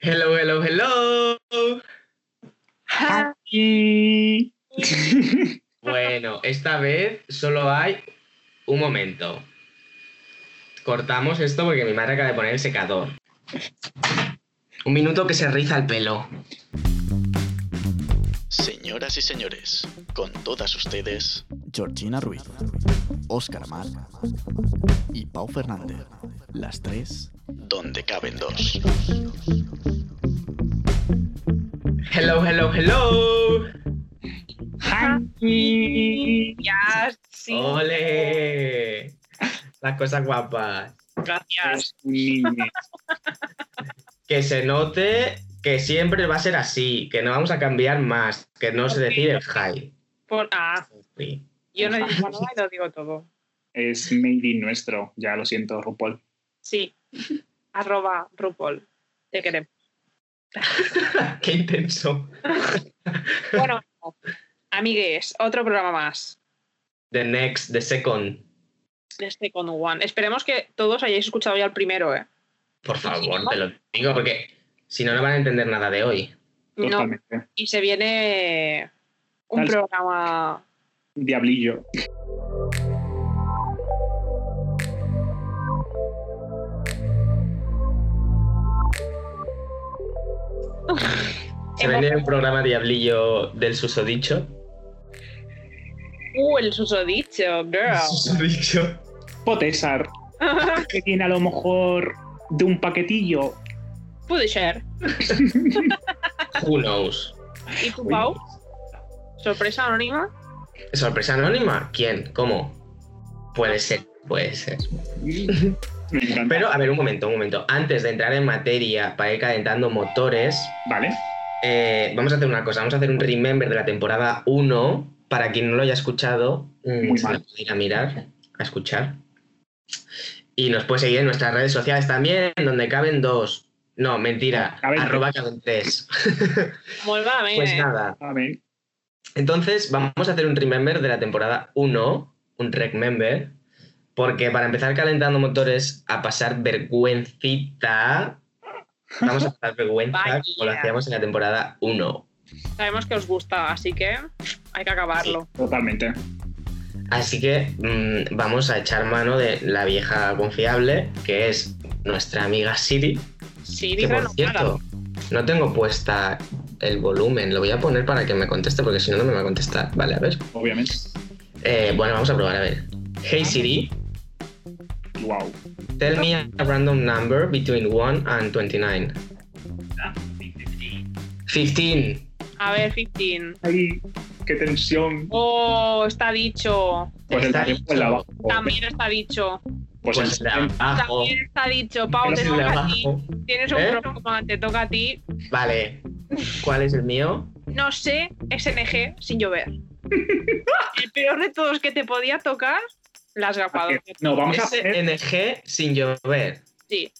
Hello, hello, hello. Hi. Bueno, esta vez solo hay un momento. Cortamos esto porque mi madre acaba de poner el secador. Un minuto que se riza el pelo. Señoras y señores, con todas ustedes, Georgina Ruiz, Óscar Amar y Pau Fernández. Las tres. donde caben dos. Hello, hello, hello. Ya, sí, ¡Ole! Las cosas guapas. gracias. Que se note que siempre va a ser así, que no vamos a cambiar más, que no se decide el high. Por, ah, Sí. yo no digo nada y lo digo todo. Es made in nuestro, ya lo siento, RuPaul. Sí. Arroba RuPaul. Te queremos. Qué intenso. Bueno, amigues, otro programa más. The next, the second. Este con One. Esperemos que todos hayáis escuchado ya el primero, ¿eh? Por favor, te lo digo porque si no, no van a entender nada de hoy. No, Totalmente. y se viene un Tal- programa. Diablillo. Se viene un programa diablillo del susodicho. Uh, el susodicho, girl. Susodicho. Potesar, que tiene a lo mejor de un paquetillo. Puede ser. Who knows? ¿Y tu Pau? ¿Sorpresa anónima? ¿Sorpresa anónima? ¿Quién? ¿Cómo? Puede ser, puede ser. Me encanta. Pero, a ver, un momento, un momento. Antes de entrar en materia para ir calentando motores, Vale, eh, vamos a hacer una cosa. Vamos a hacer un remember de la temporada 1. Para quien no lo haya escuchado, mm, Muy se mal. puede ir a mirar, a escuchar. Y nos puede seguir en nuestras redes sociales también, donde caben dos. No, mentira. Caben arroba caben tres. Muy bien, Pues eh. nada. a ver. Entonces, vamos a hacer un remember de la temporada 1, un remember, porque para empezar calentando motores a pasar vergüencita, vamos a pasar vergüenza Vaya. como lo hacíamos en la temporada 1. Sabemos que os gusta, así que hay que acabarlo. Totalmente. Así que mm, vamos a echar mano de la vieja confiable, que es nuestra amiga Siri, Sí, que dice por cierto, no tengo puesta el volumen, lo voy a poner para que me conteste, porque si no, no me va a contestar. Vale, a ver. Obviamente. Eh, bueno, vamos a probar, a ver. Hey Siri. Wow. Tell me a random number between 1 and 29. 15. A ver, 15. Ay, qué tensión. Oh, está dicho. Pues el Está de dicho. el de abajo. También está dicho. Pues Pues el de abajo. También está dicho. Pau, Pero te Pues de toca a ti. abajo. Tienes un ¿Eh? problema, te toca a ti. Vale. ¿Cuál es el mío? No sé, SNG sin llover. El peor de todos que te podía tocar, las gafadoras. No, vamos a hacer. SNG sin llover. Sí.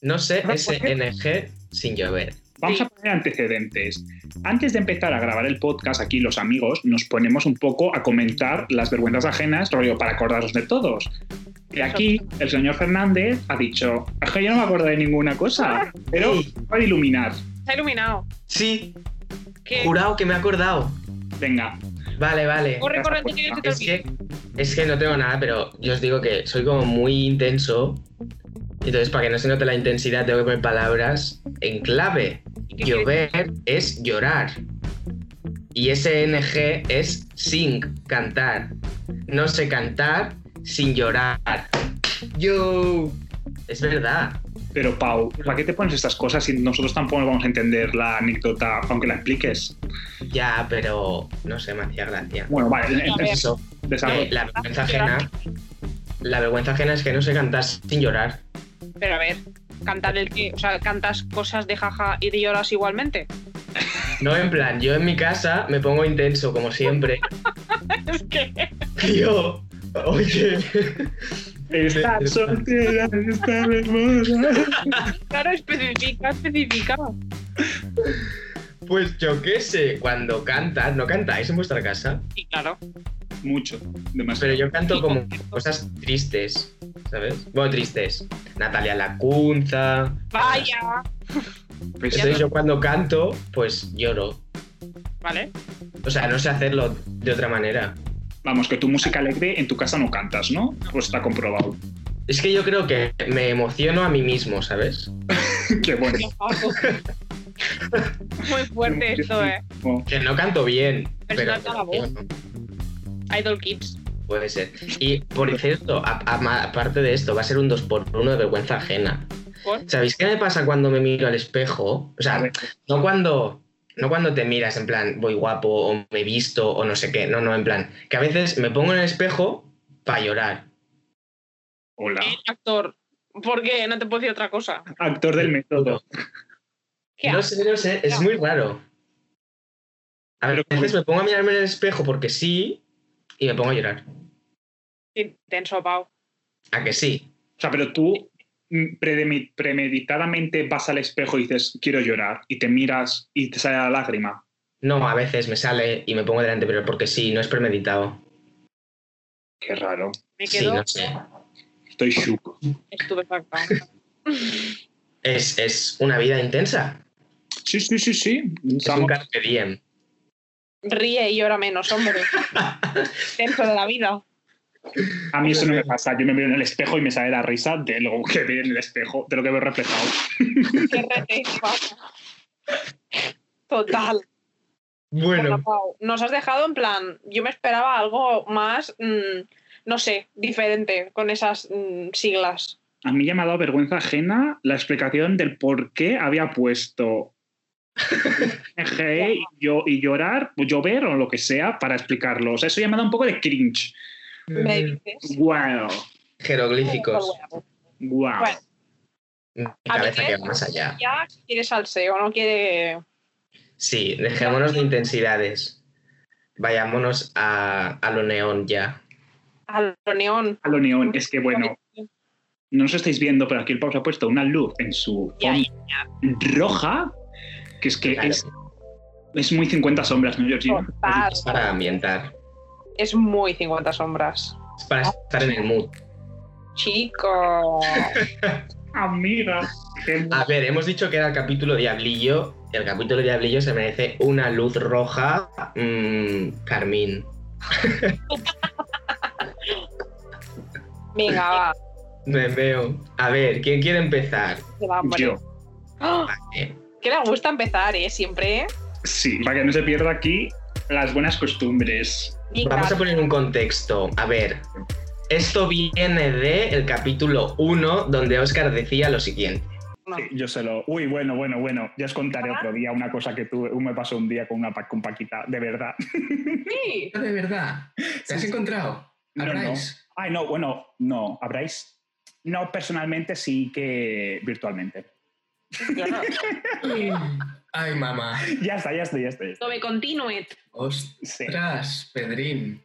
No sé, ¿Por qué? SNG sin llover. Vamos Sí. a poner antecedentes. Antes de empezar a grabar el podcast, aquí los amigos nos ponemos un poco a comentar las vergüenzas ajenas, rollo, para acordarnos de todos. Y aquí el señor Fernández ha dicho, es que yo no me acuerdo de ninguna cosa, pero para iluminar. Está iluminado. Sí, ¿Qué? jurado que me he acordado. Venga, Vale, vale. Corre, corre, antes de que se te Es olvide. que, es que no tengo nada, pero yo os digo que soy como muy intenso. Entonces, para que no se note la intensidad, tengo que poner palabras en clave. ¿Y qué quieres? Llover es llorar. Y SNG es sing, cantar. No sé cantar sin llorar. Yo. Es verdad. pero Pau, ¿para qué te pones estas cosas si nosotros tampoco vamos a entender la anécdota, aunque la expliques? Ya, pero no sé, me hacía gracia. Bueno, vale, A ver. entonces, Eso, desarrollo. eh, la vergüenza ajena. La vergüenza ajena es que no sé cantar sin llorar. Pero a ver, cantar el que. O sea, cantas cosas de jaja y de lloras igualmente. No, en plan, yo en mi casa me pongo intenso, como siempre. Es que. Tío, oye. Estás soltera, estás hermosa. Claro, especifica, especifica. Pues yo qué sé, cuando cantas, ¿no cantáis en vuestra casa? Sí, claro. Mucho, demasiado. Pero yo canto como cosas tristes, ¿sabes? Bueno, tristes. Natalia Lacunza. Vaya. Pues, Entonces yo cuando canto, pues lloro. ¿Vale? O sea, no sé hacerlo de otra manera. Vamos, que tu música alegre en tu casa no cantas, ¿no? Pues está comprobado. Es que yo creo que me emociono a mí mismo, ¿sabes? Qué bueno. Muy fuerte esto, eh. Bueno, Que no canto bien, Pero pero, no acaba me emociono. Idol Kids. puede ser. Y por cierto, a- a- ma- aparte de esto, va a ser un 2 por 1 de vergüenza ajena. Por- ¿Sabéis qué me pasa cuando me miro al espejo? O a sea, ver, no cuando no cuando te miras en plan voy guapo o me visto o no sé qué, no, no, en plan que a veces me pongo en el espejo para llorar. Hola. Eh, actor. ¿Por qué? No te puedo decir otra cosa. Actor del método. ¿Qué No haces? sé, no sé, es muy raro. A Pero como- veces me pongo a mirarme en el espejo porque sí y me pongo a llorar. Intenso, Pau. A que sí. O sea, pero tú mm, predemi- premeditadamente vas al espejo y dices, quiero llorar, y te miras y te sale la lágrima. No, a veces me sale y me pongo delante, pero porque sí, no es premeditado. Qué raro. Me Sí, quedo no sé. Estoy shook. estupefacta. Es, es una vida intensa. Sí, sí, sí, sí. Es un Estamos- carpe diem. Ríe y llora menos, hombre. Intenso de la vida. A mí eso no me pasa. Yo me veo en el espejo y me sale la risa de lo que veo en el espejo, de lo que veo reflejado. Qué rete, Pau. Total. Bueno, Bueno, Pau, nos has dejado en plan, yo me esperaba algo más, mm, no sé, diferente con esas mm, siglas. A mí ya me ha dado vergüenza ajena la explicación del por qué había puesto NGE y, yo, y llorar, o llover o lo que sea para explicarlo. O sea, eso ya me ha dado un poco de cringe. Eh, Me dices. Wow, jeroglíficos. Bueno, wow. Bueno. Mi a cabeza que ver, va más allá. ya quiere salseo, no quiere... Sí, dejémonos de intensidades. Vayámonos a, a lo neón ya. al neón. A lo neón, es que bueno, no os estáis viendo, pero aquí el Pau se ha puesto una luz en su Ya, fondo roja, que es que Claro, es, es muy 50 sombras, ¿no, Georgina? Total. es para ambientar. Es muy 50 sombras. Es para estar en el mood. Chico. Amiga, qué Ah, A ver, hemos dicho que era el capítulo Diablillo. El capítulo Diablillo se merece una luz roja. mm, carmín. Venga, va. Me veo. A ver, ¿quién quiere empezar? Eh, se va a poner. yo. ¡Ah! Que le gusta empezar, ¿eh? Siempre. Sí, para que no se pierda aquí las buenas costumbres. Venga, Vamos a poner un contexto. A ver, esto viene de el capítulo 1, donde Oscar decía lo siguiente. no. Sí, yo se lo. Uy, bueno, bueno, bueno. Ya os contaré Ah. otro día una cosa que tuve, me pasó un día con una pa- con Paquita, de verdad. ¿De verdad? ¿Te has encontrado? No, no. Ay, no, bueno, no. Habráis. No, personalmente sí que virtualmente. Yo no. Ay, mamá. Ya está, ya está, ya está. ya está. No me continúe. Sí. Ostras, Pedrín.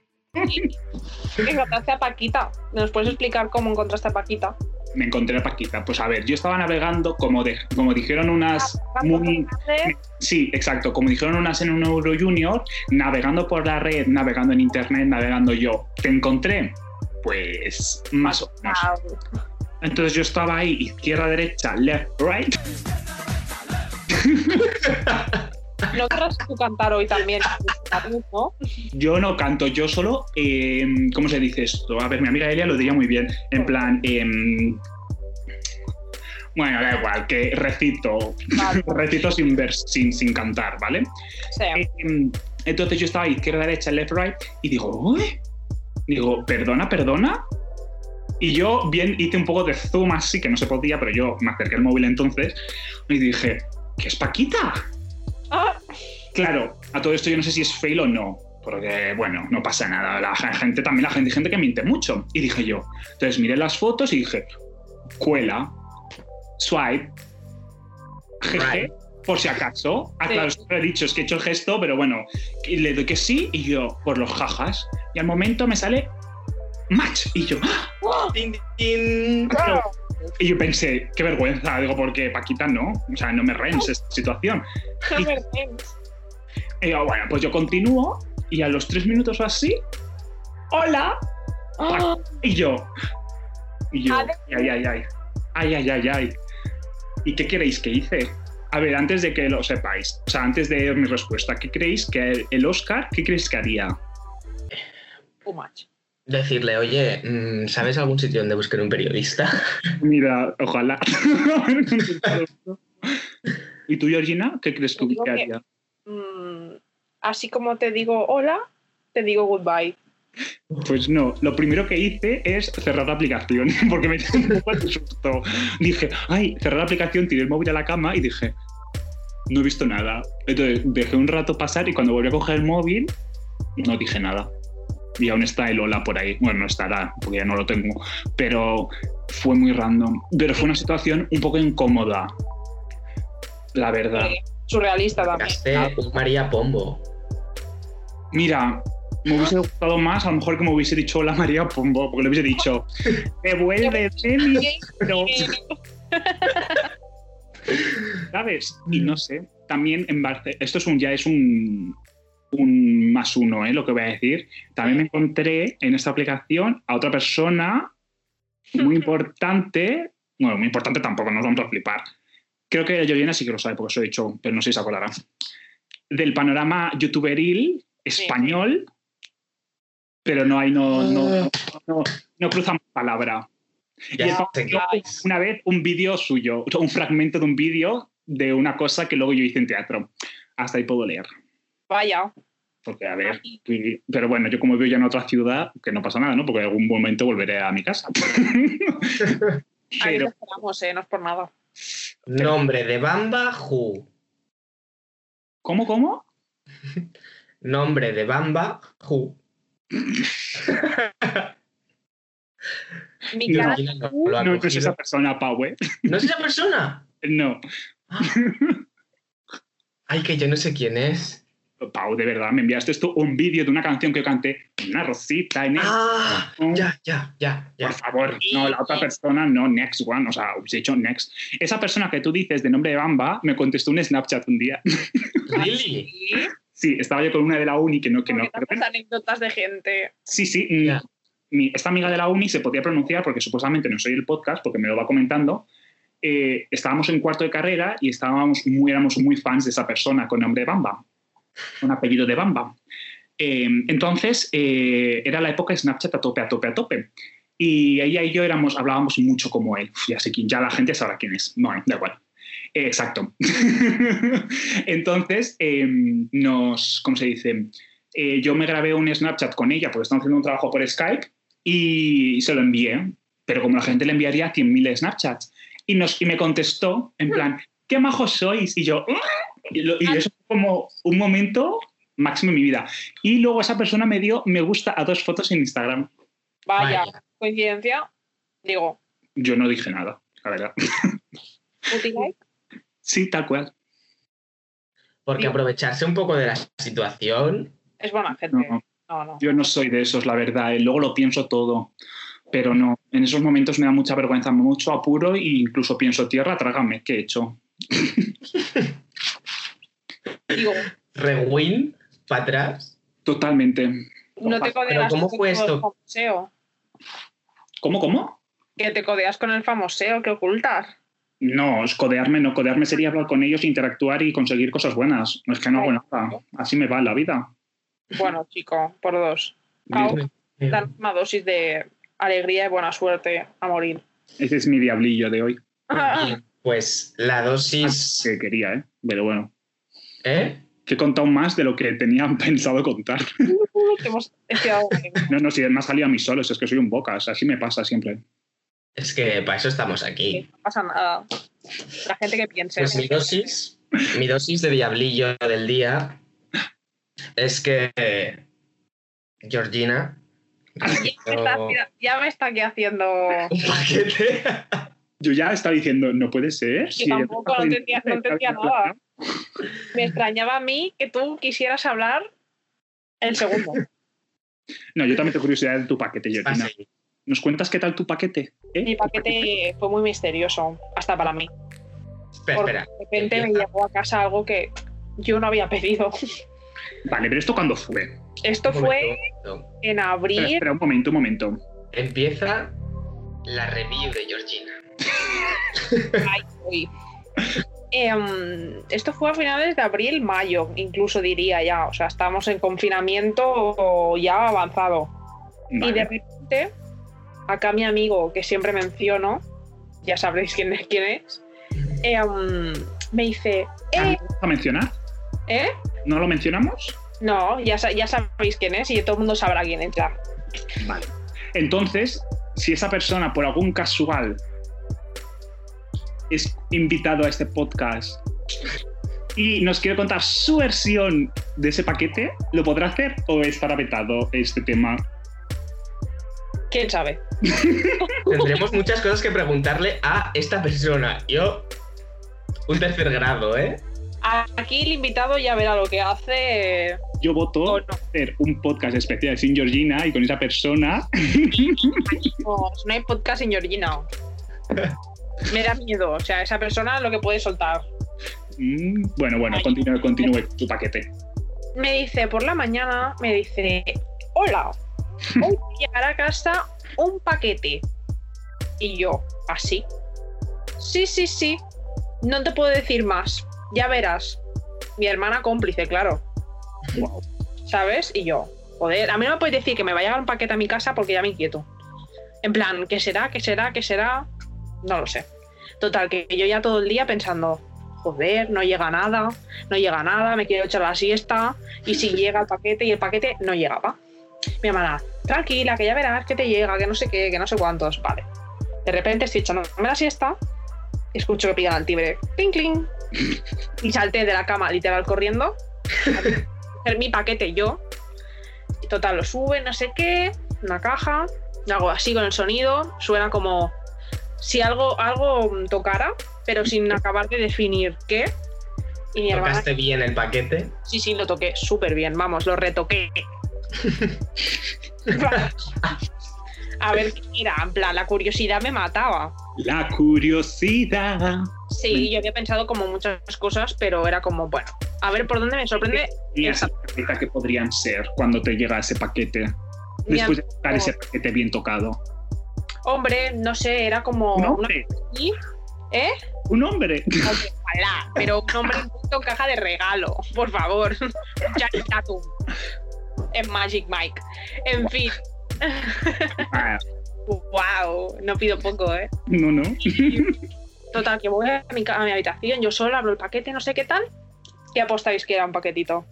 Encontraste a Paquita. ¿Nos puedes explicar cómo encontraste a Paquita? Me encontré a Paquita. Pues a ver, yo estaba navegando, como, de- como dijeron Ah, unas. pues, Muy, Sí, exacto. Como dijeron unas en un Euro Junior, navegando por la red, navegando en internet, navegando yo, ¿te encontré? Pues más o menos. Ah, Entonces yo estaba ahí, izquierda, derecha, left, right. no querrás tú cantar hoy también, ¿no? Yo no canto, yo solo, em, ¿cómo se dice esto? A ver, mi amiga Elia lo diría muy bien. En plan, em, bueno, da igual, que recito, Vale, recito sin, ver, sin, sin cantar, ¿vale? o sea, Em, Entonces yo estaba ahí, izquierda, derecha, left, right, y digo, "Uy". Digo, perdona, perdona. Y yo bien hice un poco de zoom así, que no se podía, pero yo me acerqué al móvil entonces y dije, ¿qué es Paquita? ah, Claro, a todo esto yo no sé si es fail o no, porque bueno, no pasa nada. La gente también, la gente, gente que miente mucho. Y dije yo, entonces miré las fotos y dije, cuela, swipe, jeje, Right. por si acaso. Ah, Sí. claro, esto lo he dicho, es que he hecho el gesto, pero bueno, y le doy que sí y yo, por los jajas. Y al momento me sale match. Y yo, ¡ah! Tin, tin. claro. y yo pensé, qué vergüenza, digo, porque Paquita no, o sea, no me rems esta situación. qué vergüenza. Y yo, bueno, pues yo continúo y a los tres minutos o así, hola, Ah, y yo, y yo, Ale. ay, ay, ay, ay, ay, ay, ay, ay, ¿y qué queréis que hice? A ver, antes de que lo sepáis, o sea, antes de mi respuesta, ¿qué creéis que el Oscar, qué creéis que haría? Too much. Decirle, oye, mm, ¿sabes algún sitio donde buscar un periodista? Mira, ojalá. ¿Y tú, Georgina, qué crees tú Yo que creo que- haría? Mm, así como te digo hola, te digo goodbye. Pues no, lo primero que hice es cerrar la aplicación, porque me dio un poco de susto. Dije, ay, cerrar la aplicación, tiré el móvil a la cama y dije, no he visto nada. Entonces dejé un rato pasar y cuando volví a coger el móvil, no dije nada. Y aún está el hola por ahí. Bueno, no estará, porque ya no lo tengo. Pero fue muy random. Pero fue una situación un poco incómoda. La verdad. Eh, surrealista también. Gasté un María Pombo. Mira, me hubiese gustado más, a lo mejor que me hubiese dicho hola María Pombo, porque le hubiese dicho, devuelve mi dinero", ¿sabes? Y no sé, también en Barcelona, esto es un, ya es un, un más uno, ¿eh? lo que voy a decir. También me encontré en esta aplicación a otra persona muy importante, bueno, muy importante tampoco, nos vamos a flipar. Creo que Georgina sí que lo sabe, porque se lo he dicho, pero no sé si se acordará. Del panorama youtuberil español, pero no hay, no, no, no, no cruzamos palabra. Y Ya el sé que- Pablo hizo una vez un vídeo suyo, o sea, un fragmento de un vídeo de una cosa que luego yo hice en teatro. Hasta ahí puedo leer. Vaya. Porque, a ver, que- pero bueno, yo como vivo ya en otra ciudad, que no pasa nada, ¿no? Porque en algún momento volveré a mi casa. Ahí te pero, esperamos, eh, no es por nada. Nombre de Bamba Ju. ¿cómo, cómo? Nombre de Bamba Ju. Mi No. cara Imagina, no, lo ha No, no es cogido. esa persona, Pau, ¿eh? ¿No es esa persona? No. Ay, que yo no sé quién es. Pau, de verdad, me enviaste esto un vídeo de una canción que yo canté, una rosita en el... Ah, ya, ya, ya, ya. Por favor, no, la otra persona, no, next one, o sea, hubiese dicho next. Esa persona que tú dices de nombre de Bamba me contestó un Snapchat un día. Lili. así. Sí, estaba yo con una de la uni que no, que Porque no. tantas anécdotas de gente. Sí, sí. mm, Ya. mi- esta amiga de la uni se podía pronunciar porque supuestamente no soy el podcast, porque me lo va comentando. eh, estábamos en cuarto de carrera y estábamos muy, éramos muy fans de esa persona con nombre Bamba, con apellido de Bamba. Eh, entonces, eh, era la época de Snapchat a tope, a tope, a tope. Y ella y yo éramos, hablábamos mucho como él. Uf, ya sé quién, ya la gente sabrá quién es. Bueno, da igual. Eh, exacto. entonces, eh, nos, ¿cómo se dice? Eh, yo me grabé un Snapchat con ella porque estamos haciendo un trabajo por Skype y se lo envié. Pero como la gente le enviaría 100.000 Snapchats. Y, nos, y me contestó en plan, qué majos sois. Y yo, "Ah". y, lo- y eso fue como un momento máximo en mi vida. Y luego esa persona me dio me gusta a dos fotos en Instagram. Vaya, Vaya. coincidencia. Digo, Yo no dije nada, la verdad. utilidad. Sí, tal cual. Porque aprovecharse un poco de la situación. Es buena gente. No, No, no. yo no soy de esos, la verdad. eh, Luego lo pienso todo. Pero no, en esos momentos me da mucha vergüenza, mucho apuro e incluso pienso, tierra, trágame, ¿qué he hecho? Digo, Rewind, para atrás. Totalmente. no te Pero codeas ¿cómo con fue el esto? famoseo. ¿Cómo, cómo? Que te codeas con el famoseo, que ocultas. No, es codearme, no codearme sería hablar con ellos, interactuar y conseguir cosas buenas. Es que no hago nada. Así me va la vida. Bueno, chico, por dos. Pau, dan una dosis de alegría y buena suerte a morir. Ese es mi diablillo de hoy. Pues la dosis. Que quería, ¿eh? Pero bueno. ¿Eh? Que he contado más de lo que tenía pensado contar. Te hemos espiado. No, no, si me ha salido a mí solo, si es que soy un bocas. Así me pasa siempre. Es que para eso estamos aquí. No pasa nada. La gente que piense. Pues mi dosis, mi dosis de diablillo del día es que eh, Georgina Ya me está- mira, ya me está aquí haciendo. un paquete. Yo ya estaba diciendo, no puede ser. Yo ella me tampoco, está no jodiendo, tenía- no tenía nada. Me extrañaba a mí que tú quisieras hablar el segundo. No, yo también tengo curiosidad de tu paquete, Georgina. Así. ¿Nos cuentas qué tal tu paquete? eh? Mi paquete fue muy misterioso, hasta para mí. Espera, Porque espera. de repente me llegó a casa algo que yo no había pedido. Vale, pero ¿esto cuándo fue? Esto Un fue momento, un momento. en Espera, abril. espera, un momento, un momento. Empieza la review de Georgina. Ay, uy. em, esto fue a finales de abril, mayo, incluso diría ya. O sea, estábamos en confinamiento ya avanzado. Y de Vale. repente, acá mi amigo, que siempre menciono, ya sabréis quién es, quién es em, me dice, Ah, ¿no eh, lo vamos a mencionar? ¿eh? ¿No lo mencionamos? No, ya, sa- ya sabéis quién es y todo el mundo sabrá quién es ya. Vale. Entonces, si esa persona por algún casual es invitado a este podcast y nos quiere contar su versión de ese paquete, ¿lo podrá hacer o estará vetado este tema? ¿Quién sabe? Tendremos muchas cosas que preguntarle a esta persona. Yo, un tercer grado, ¿eh? Aquí el invitado ya verá lo que hace eh, Yo voto o no. hacer un podcast especial sin Georgina y con esa persona. No, pues, no hay podcast sin Georgina. Me da miedo, o sea, esa persona lo que puede soltar. Mm, bueno, bueno, Ay. continúe, continúe con su paquete. Me dice por la mañana, me dice, hola, hoy llegará a casa un paquete. Y yo, así. Sí, sí, sí, no te puedo decir más, ya verás. Mi hermana cómplice, claro. Guau. ¿Sabes? Y yo, joder, a mí no me puedes decir que me va a llegar un paquete a mi casa porque ya me inquieto. En plan, ¿qué será? ¿Qué será? ¿Qué será? No lo sé. Total, que yo ya todo el día pensando, joder, no llega nada, no llega nada, me quiero echar la siesta, y si llega el paquete y el paquete no llegaba. Mi hermana, tranquila, que ya verás que te llega, que no sé qué, que no sé cuántos. Vale. De repente estoy echándome la siesta y escucho que pican al timbre. ¡Cling, cling! Y salté de la cama, literal, corriendo. a Hacer mi paquete yo. Y total, lo sube, no sé qué, una caja. lo Hago así con el sonido. Suena como si algo, algo mm, tocara, pero sin acabar de definir qué. Y mi hermana ¿Tocaste bien el paquete? Sí, sí, lo toqué súper bien, vamos, lo retoqué. A ver qué era, en plan, la curiosidad me mataba. La curiosidad. Sí, yo había pensado como muchas cosas, pero era como, bueno, a ver por dónde me sorprende. Y esas cosas que podrían ser cuando te llega ese paquete. Mi Después de am- tocar ese paquete bien tocado. Hombre, no sé, era como. Un hombre, una- y- ¿Eh? un hombre. Hombre, Ojalá, pero un hombre envuelto en caja de regalo, por favor. Jack Tatum. En Magic Mike. En fin, Ah, wow, no pido poco, ¿eh? no, no. Total, que voy a mi, ca- a mi habitación, yo sola, abro el paquete, no sé qué tal. ¿Qué apostáis que era un paquetito?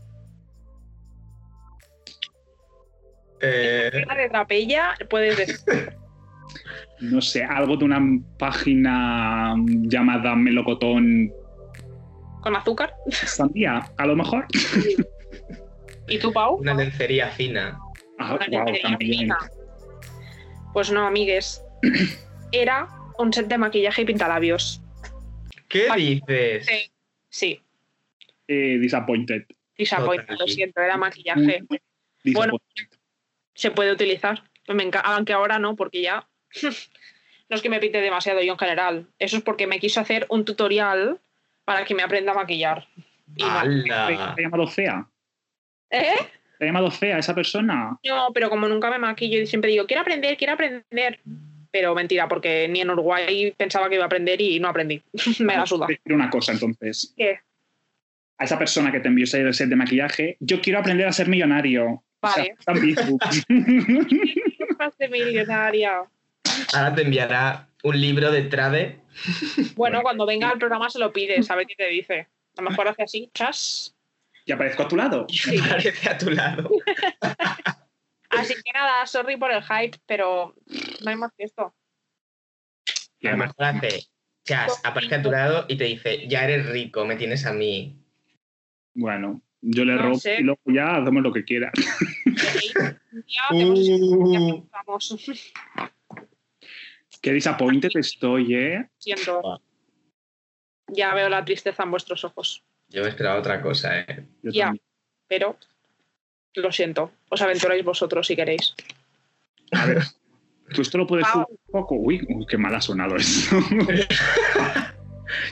Eh, Una de trapella, puedes decir. No sé, algo de una página llamada Melocotón ¿Con azúcar? Sandía, a lo mejor. ¿Y tú, Pau? una lencería fina. Ah, Una guau, lencería también. fina. Pues no, amigues. Era un set de maquillaje y pintalabios. ¿Qué Ah, dices? sí. Sí, Eh, disappointed. disappointed, Total. lo siento, era maquillaje. Mm. Bueno. Disappointed. Se puede utilizar, Me enca- aunque ahora no, porque ya... no es que me pinte demasiado yo en general. Eso es porque me quiso hacer un tutorial para que me aprenda a maquillar. Y no- ¡Hala! ¿Te ha llamado fea? ¿Eh? ¿Te ha llamado fea esa persona? No, pero como nunca me maquillo y siempre digo, quiero aprender, quiero aprender. Pero mentira, porque ni en Uruguay pensaba que iba a aprender y no aprendí. me la suda. Te quiero una cosa, entonces. ¿Qué? A esa persona que te envió ese set de maquillaje, yo quiero aprender a ser millonario. Vale. O sea, también- Más de millonaria. Ahora te enviará un libro de trade. Bueno, cuando venga al programa se lo pides, a ver qué te dice. A lo mejor hace así, chas. y aparezco a tu lado. Sí. Aparece a tu lado. Así que nada, sorry por el hype, pero no hay más que esto. Y Y además además, lo hace. Chas, aparece a tu lado y te dice, ya eres rico, me tienes a mí. bueno, yo le No robo sé. y luego ya hacemos lo que quiera. Un día hacemos eso, ya Uh, empezamos. Lo Qué disappointed estoy, ¿eh? Siento. Ya veo la tristeza en vuestros ojos. yo me esperaba otra cosa, ¿eh? Yo Ya. también. Pero lo siento. Os aventuráis vosotros si queréis. A ver, tú esto lo puedes Pau. subir un poco. Uy, uy, qué mal ha sonado eso.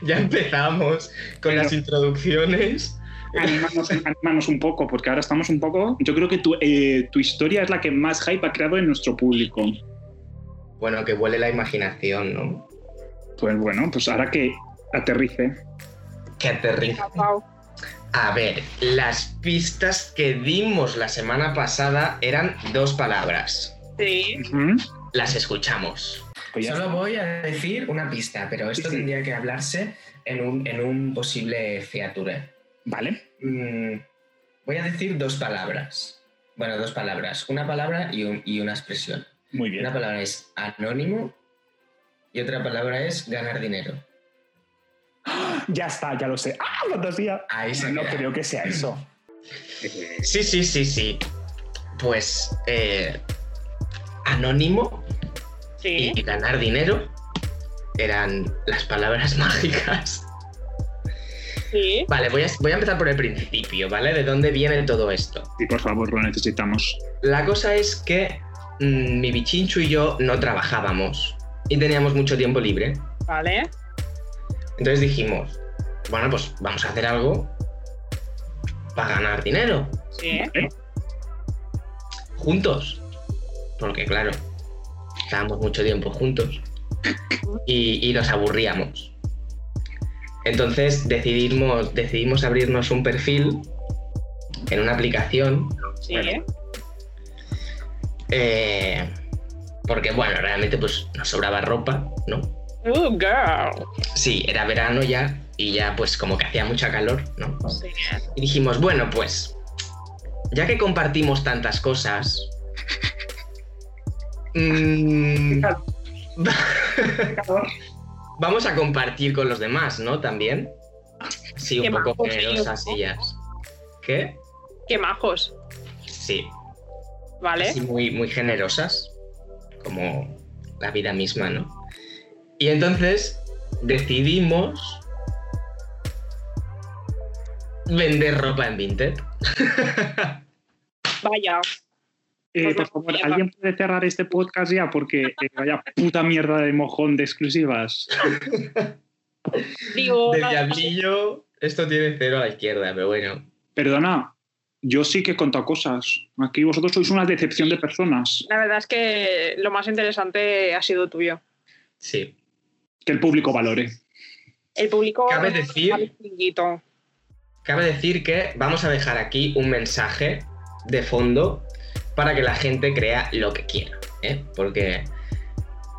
Ya empezamos con las introducciones. anímanos, anímanos un poco, porque ahora estamos un poco. Yo creo que tu, eh, tu historia es la que más hype ha creado en nuestro público. Bueno, que vuele la imaginación, ¿no? Pues bueno, pues ahora que aterrice. que aterriza. Pau. A ver, las pistas que dimos la semana pasada eran dos palabras. Sí. Ujú. Las escuchamos. Pues ya Solo está. voy a decir una pista, pero esto Sí, sí. tendría que hablarse en un, en un posible fiature. Vale. Mm, voy a decir dos palabras. Bueno, dos palabras. Una palabra y, un- y una expresión. Muy Una bien. palabra es anónimo y otra palabra es ganar dinero. Ya está, ya lo sé. ¡Ah, fantasía! Ahí se No queda. creo que sea eso. Eh, Sí, sí, sí, sí. Pues, eh, anónimo Sí. y ganar dinero eran las palabras mágicas. Sí. Vale, voy a, voy a empezar por el principio, ¿vale? ¿De dónde viene todo esto? Sí, por favor, lo necesitamos. La cosa es que mm, mi bichinchu y yo no trabajábamos y teníamos mucho tiempo libre. Vale. Entonces dijimos, bueno, pues vamos a hacer algo para ganar dinero, Sí. ¿Eh? juntos. Porque claro, estábamos mucho tiempo juntos y, y nos aburríamos. Entonces decidimos, decidimos abrirnos un perfil en una aplicación Sí. Bueno. eh, porque bueno, realmente pues nos sobraba ropa, ¿no? Ooh, girl. Sí, era verano ya y ya pues como que hacía mucha calor, ¿no? Sí. Y dijimos, bueno, pues, ya que compartimos tantas cosas, mm, vamos a compartir con los demás, ¿no? También. Sí, Qué un poco majos ellos, generosas ¿no? ellas. ¿Qué? Qué majos. Sí, Vale. así muy, muy generosas, como la vida misma, ¿no? Y entonces decidimos vender ropa en Vinted. Vaya. Eh, por favor, ¿alguien puede cerrar este podcast ya? Porque eh, vaya puta mierda de mojón de exclusivas. Digo. De diablillo, esto tiene cero a la izquierda, pero bueno. Perdona, yo sí que he contado cosas. Aquí vosotros sois una decepción de personas. La verdad es que lo más interesante ha sido tuyo. Sí. Que el público valore. El público. Cabe decir- al distinguito. Cabe decir que vamos a dejar aquí un mensaje de fondo para que la gente crea lo que quiera, ¿eh? Porque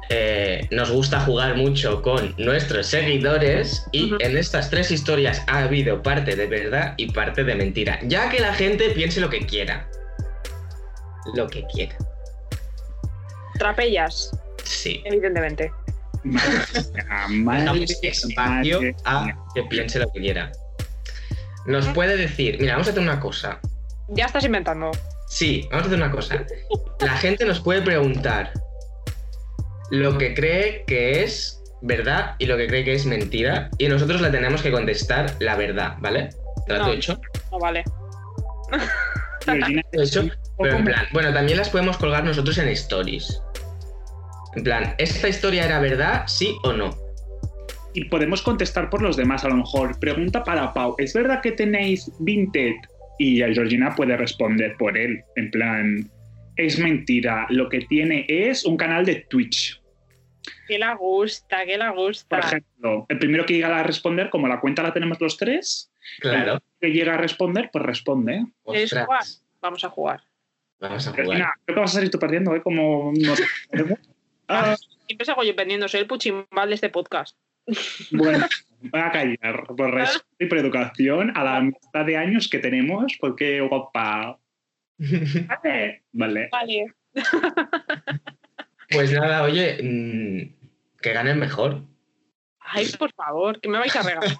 eh, nos gusta jugar mucho con nuestros seguidores y Ujú. en estas tres historias ha habido parte de verdad y parte de mentira. Ya que la gente piense lo que quiera. Lo que quiera. Trapellas, Sí. evidentemente. Madre Dejamos pues, espacio madre a que piense lo que quiera. Nos puede decir, mira, vamos a hacer una cosa. Ya estás inventando. Sí, vamos a hacer una cosa. La gente nos puede preguntar lo que cree que es verdad y lo que cree que es mentira y nosotros le tenemos que contestar la verdad, ¿vale? Trato No. hecho. No vale. Georgina, De hecho, pero en poco- plan, bueno, también las podemos colgar nosotros en stories. En plan, ¿esta historia era verdad, sí o no? Y podemos contestar por los demás a lo mejor. Pregunta para Pau. ¿Es verdad que tenéis Vinted? Y ya Georgina puede responder por él. En plan, es mentira. Lo que tiene es un canal de Twitch. Que la gusta, que la gusta. Por ejemplo, el primero que llega a responder, como la cuenta la tenemos los tres, Claro. que llega a responder, pues responde. ¿Quieres jugar? Ostras, Vamos a jugar. vamos a jugar. Georgina, creo que vas a salir tú perdiendo, ¿eh? Como nos... Ah, Siempre salgo yo vendiendo, soy el puchimbal de este podcast. bueno, voy a callar por respeto y por educación a la amistad de años que tenemos, porque guapa. Vale. Vale. Vale. Pues nada, oye, mm, que ganen mejor. Ay, por favor, ¿qué me vais a regalar?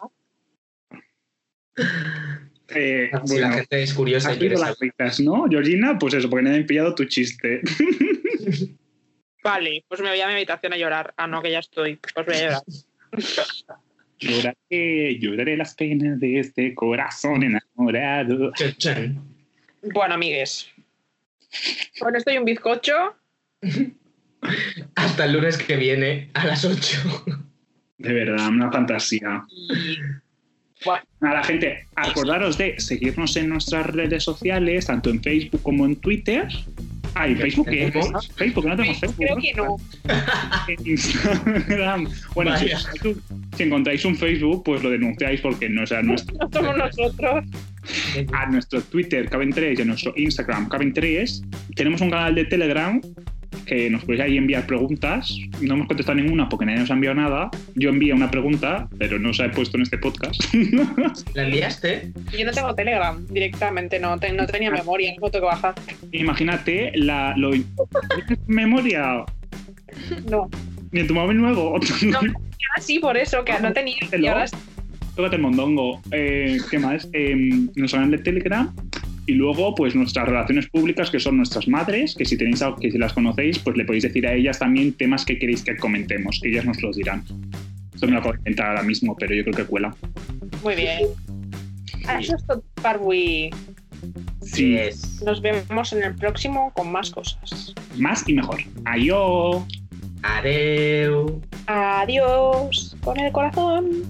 Eh, Si la bueno, gente es has curiosa y quiere leído las saber. risas, ¿no, Georgina? Pues eso, porque no han pillado tu chiste. Vale, pues me voy a mi habitación a llorar. Ah, no, que ya estoy. Pues voy a llorar. lloraré, lloraré las penas de este corazón enamorado. Chan, chan. Bueno, amigues. Bueno, estoy un bizcocho. Hasta el lunes que viene a las 8. De verdad, una fantasía. Y A la gente, acordaros de seguirnos en nuestras redes sociales, tanto en Facebook como en Twitter. Ah, ¿y Facebook qué? ¿Tenemos? Facebook, no tenemos Facebook. Creo que no. Instagram. Bueno, si, Vaya. si encontráis un Facebook, pues lo denunciáis porque no, o sea, no es- No somos nosotros. a nuestro Twitter, Caben3, y a nuestro Instagram, Caben3. Tenemos un canal de Telegram que nos podéis ahí enviar preguntas. No hemos contestado ninguna porque nadie nos ha enviado nada. Yo envié una pregunta, pero no se ha puesto en este podcast. ¿La enviaste? Yo no tengo Telegram directamente, no, te- no tenía memoria, no tengo que bajar. Imagínate la lo, memoria No. ni en tu móvil nuevo. No. Ah, sí, por eso, que no tenía. Y ahora sí. Tócate el mondongo. Eh, ¿Qué más? Eh, nuestro canal de Telegram. Y luego, pues nuestras relaciones públicas, que son nuestras madres, que si tenéis algo que si las conocéis, pues le podéis decir a ellas también temas que queréis que comentemos. Ellas nos los dirán. Esto me lo acabo de inventar ahora mismo, pero yo creo que cuela. Muy bien. Ah, Eso es todo, Parwi. Sí, Yes. Nos vemos en el próximo con más cosas. más y mejor. Adiós. Adeu. Adiós. Con el corazón.